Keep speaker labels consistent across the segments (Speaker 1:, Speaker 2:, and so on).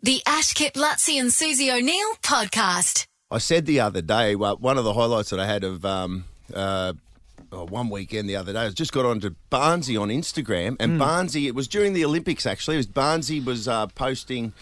Speaker 1: The Ash Kip Lutzi and Susie O'Neill podcast.
Speaker 2: I said the other day, well, one of the highlights that I had of um, uh, oh, one weekend the other day, I just got onto Barnsey on Instagram, and Barnsey, it was during the Olympics actually. It was Barnsey was uh, posting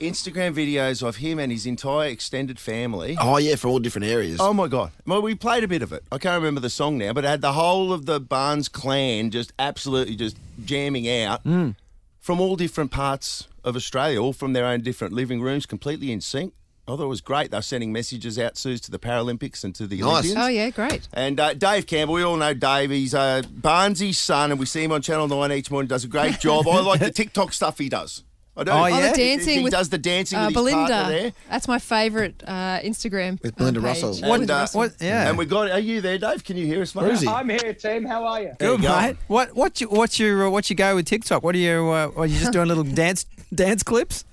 Speaker 2: Instagram videos of him and his entire extended family.
Speaker 3: Oh yeah, from all different areas.
Speaker 2: Oh my god! Well, we played a bit of it. I can't remember the song now, but it had the whole of the Barnes clan just absolutely just jamming out from all different parts of Australia, all from their own different living rooms, completely in sync. I thought it was great. They're sending messages out, Suze, to the Paralympics and to the Olympians.
Speaker 4: Oh yeah, great.
Speaker 2: And uh, Dave Campbell, we all know Dave. He's uh, Barnsy's son, and we see him on Channel 9 each morning, does a great job. I like the TikTok stuff he does. I do.
Speaker 5: Oh,
Speaker 4: Oh,
Speaker 5: yeah?
Speaker 4: the
Speaker 2: He- he-
Speaker 4: dancing
Speaker 2: He,
Speaker 4: with
Speaker 2: does the dancing
Speaker 4: Uh,
Speaker 2: with his partner there.
Speaker 4: Belinda. That's my favourite uh, Instagram.
Speaker 3: With Belinda
Speaker 4: uh, page.
Speaker 3: Russell.
Speaker 4: Yeah,
Speaker 3: What-
Speaker 4: with
Speaker 2: uh,
Speaker 4: Russell.
Speaker 5: What? Yeah.
Speaker 2: And we got. Are you there, Dave? Can you hear us, mate?
Speaker 3: Where is he?
Speaker 6: I'm here, Tim. How are you?
Speaker 5: Good,
Speaker 2: you go.
Speaker 5: mate. What? What's your? What's your? uh, What's your go with TikTok? What are you? Uh, are you just doing little dance dance clips?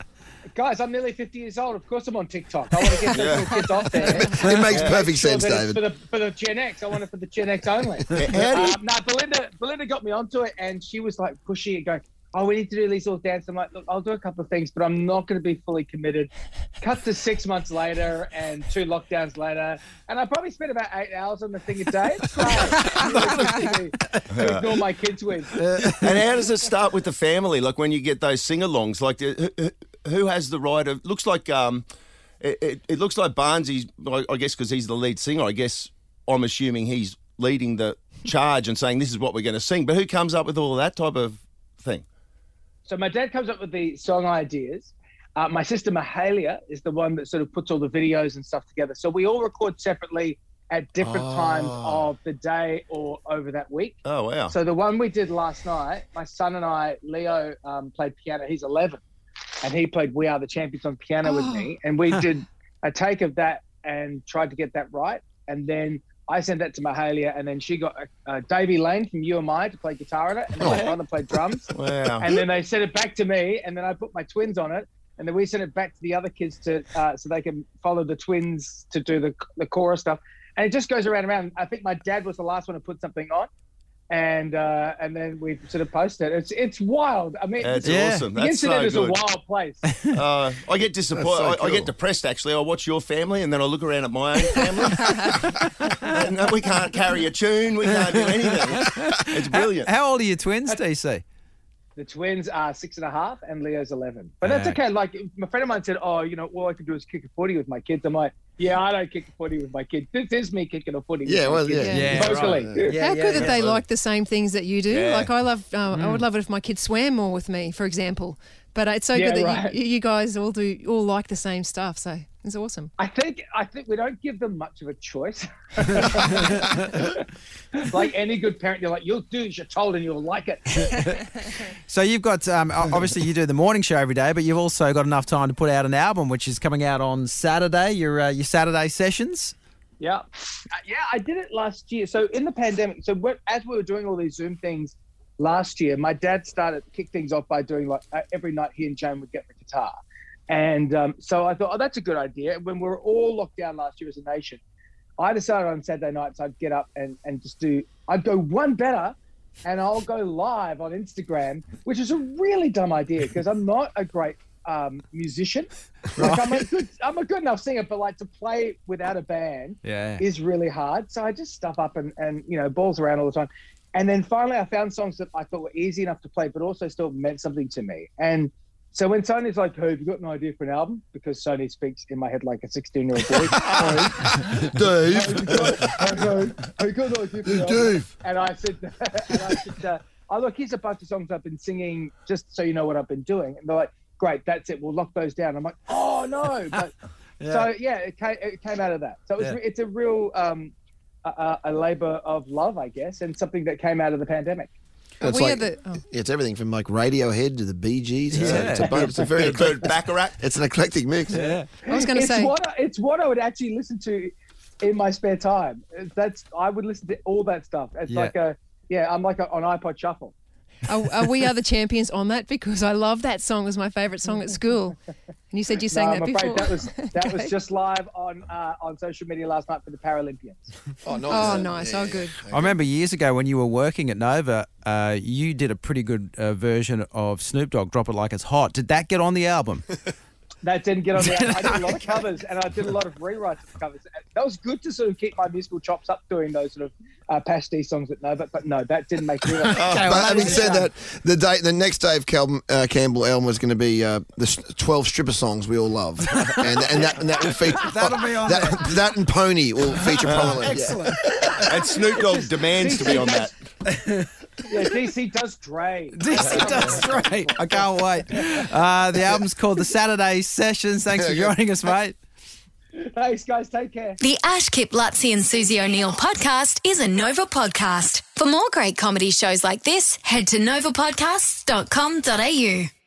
Speaker 6: Guys, I'm nearly 50 years old. Of course, I'm on TikTok. I want to get those little kids off there.
Speaker 3: It makes perfect
Speaker 6: Sure,
Speaker 3: sense,
Speaker 6: but it's
Speaker 3: David. Eh,
Speaker 6: For the, for the Gen X, I want it for the Gen X only.
Speaker 2: how do you-
Speaker 6: uh, no, Belinda, Belinda got me onto it, and she was like pushy and going, "Oh, we need to do these little dances." I'm like, "Look, I'll do a couple of things, but I'm not going to be fully committed." Cut to six months later, and two lockdowns later, and I probably spent about eight hours on the thing a day. It's like, to ignore my kids with.
Speaker 2: and how does it start with the family? Like when you get those sing-alongs, like the, who, who has the right of? Looks like um, it, it, it looks like Barnsy's. I I guess because he's the lead singer. I guess I'm assuming he's leading the charge and saying this is what we're going to sing. But who comes up with all that type of thing?
Speaker 6: So my dad comes up with the song ideas. Uh, my sister Mahalia is the one that sort of puts all the videos and stuff together. So we all record separately at different times of the day or over that week.
Speaker 2: Oh wow!
Speaker 6: So the one we did last night, my son and I, Leo um, played piano. He's 11, and he played "We Are the Champions" on piano with me, and we did a take of that and tried to get that right. And then I sent that to Mahalia, and then she got uh, Davey Lane from UMI to play guitar in it, and my brother played drums.
Speaker 2: wow!
Speaker 6: And then they sent it back to me, and then I put my twins on it, and then we sent it back to the other kids to uh, so they can follow the twins to do the the chorus stuff. And it just goes around and around. I think my dad was the last one to put something on, and uh, and then we sort of posted. it. It's it's wild. I mean,
Speaker 2: That's
Speaker 5: Yeah.
Speaker 2: awesome.
Speaker 6: the
Speaker 2: That's
Speaker 6: internet
Speaker 2: so
Speaker 6: is a
Speaker 2: good.
Speaker 6: wild place.
Speaker 2: Uh, I get disappointed.
Speaker 3: so
Speaker 2: I, I
Speaker 3: cool.
Speaker 2: get depressed actually. I watch your family and then I look around at my own family. and uh, we can't carry a tune. We can't do anything. It's brilliant.
Speaker 5: How old are your twins, DC?
Speaker 6: The twins are six and a half, and Leo's eleven. But that's
Speaker 5: Yeah.
Speaker 6: okay. Like my friend of mine said, "Oh, you know, all I can do is kick a footy with my kids." I'm like, "Yeah, I don't kick a footy with my kids. This is me kicking a footy."
Speaker 3: Yeah,
Speaker 6: with my
Speaker 3: well, yeah.
Speaker 6: kids.
Speaker 5: Yeah,
Speaker 3: right.
Speaker 6: vocally.
Speaker 4: How good that they like the same things that you do.
Speaker 2: Yeah.
Speaker 4: Like I love, uh, I
Speaker 6: Mm.
Speaker 4: would love it if my kids swam more with me, for example. But it's so
Speaker 6: Yeah,
Speaker 4: good that
Speaker 6: right.
Speaker 4: you, you guys all do all like the same stuff. So it's awesome.
Speaker 6: I think I think we don't give them much of a choice. like any good parent, you're like, you'll do as you're told and you'll like it.
Speaker 5: So you've got um, o- obviously you do the morning show every day, but you've also got enough time to put out an album, which is coming out on Saturday. Your uh, your Saturday sessions.
Speaker 6: Yeah, Uh, yeah, I did it last year. So in the pandemic, so what, as we were doing all these Zoom things last year, my dad started kick things off by doing like uh, every night he and Jane would get the guitar, and um, so I thought, oh, that's a good idea. When we were all locked down last year as a nation, I decided on Saturday nights I'd get up and and just do. I'd go one better. And I'll go live on Instagram, which is a really dumb idea because I'm not a great um, musician. Like I'm a good, I'm a good enough singer, but like to play without a band,
Speaker 5: Yeah.
Speaker 6: is really hard. So I just stuff up and, and you know balls around all the time. And then finally, I found songs that I thought were easy enough to play, but also still meant something to me. And so when Sony's like, "Hey, have you got an idea for an album?" Because Sony speaks in my head like a sixteen-year-old boy. "Hey,
Speaker 3: Dave,
Speaker 6: have you got- have you got an idea for an album?"
Speaker 3: Dave.
Speaker 6: and I said, and I said, uh, oh look, here's a bunch of songs I've been singing, just so you know what I've been doing. And they're like, great, that's it, we'll lock those down. I'm like, oh no, but so yeah, it came, it came out of that. So it was,
Speaker 5: Yeah.
Speaker 6: re- it's a real um, a- a, a labor of love, I guess, and something that came out of the pandemic.
Speaker 3: It's
Speaker 4: we
Speaker 3: like
Speaker 4: had the- oh.
Speaker 3: it's everything from like Radiohead to the Bee Gees. It's,
Speaker 5: Yeah.
Speaker 3: a, it's, a, bu- it's a very
Speaker 2: Good
Speaker 3: eclectic,
Speaker 2: Baccarat.
Speaker 3: it's an eclectic mix.
Speaker 5: Yeah.
Speaker 4: I was going to
Speaker 6: it's
Speaker 4: say,
Speaker 6: what I, it's what I would actually listen to in my spare time. That's I would listen to all that stuff. It's
Speaker 5: Yeah.
Speaker 6: like a yeah, I'm like a, on iPod shuffle.
Speaker 4: are, are we are the champions on that? Because I love that song. It was my favourite song at school. And you said you sang
Speaker 6: No,
Speaker 4: that
Speaker 6: I'm
Speaker 4: before.
Speaker 6: afraid that was that
Speaker 4: Okay.
Speaker 6: was just live on uh, on social media last night for the Paralympians.
Speaker 3: Oh, nice.
Speaker 4: Oh, nice. Oh, good.
Speaker 5: I remember years ago when you were working at Nova, uh, you did a pretty good uh, version of Snoop Dogg "Drop It Like It's Hot." Did that get on the album?
Speaker 6: That didn't get on the album. I did a lot of covers and I did a lot of rewrites of covers. And That was good to sort of keep my musical chops up doing those sort of uh, pastiche songs. But no, but, but no, that didn't make it.
Speaker 5: Okay,
Speaker 3: but
Speaker 5: well,
Speaker 3: having
Speaker 5: that's-
Speaker 3: said that, the day, the next Dave Cal- uh, Campbell album was going to be uh, the s- twelve stripper songs we all love, and, and that and that will feature
Speaker 5: That'll be on
Speaker 3: that, that and Pony will feature prominently. Yeah.
Speaker 5: Excellent.
Speaker 2: And Snoop Dogg demands to be on that.
Speaker 6: Yeah, DC does Dre.
Speaker 5: DC does right. I can't wait. Uh, the album's called The Saturday Sessions. Thanks for joining us, mate.
Speaker 6: Thanks, guys. Take care.
Speaker 1: The Ashkip Lutzi and Susie O'Neill podcast is a Nova podcast. For more great comedy shows like this, head to novapodcasts.com.au.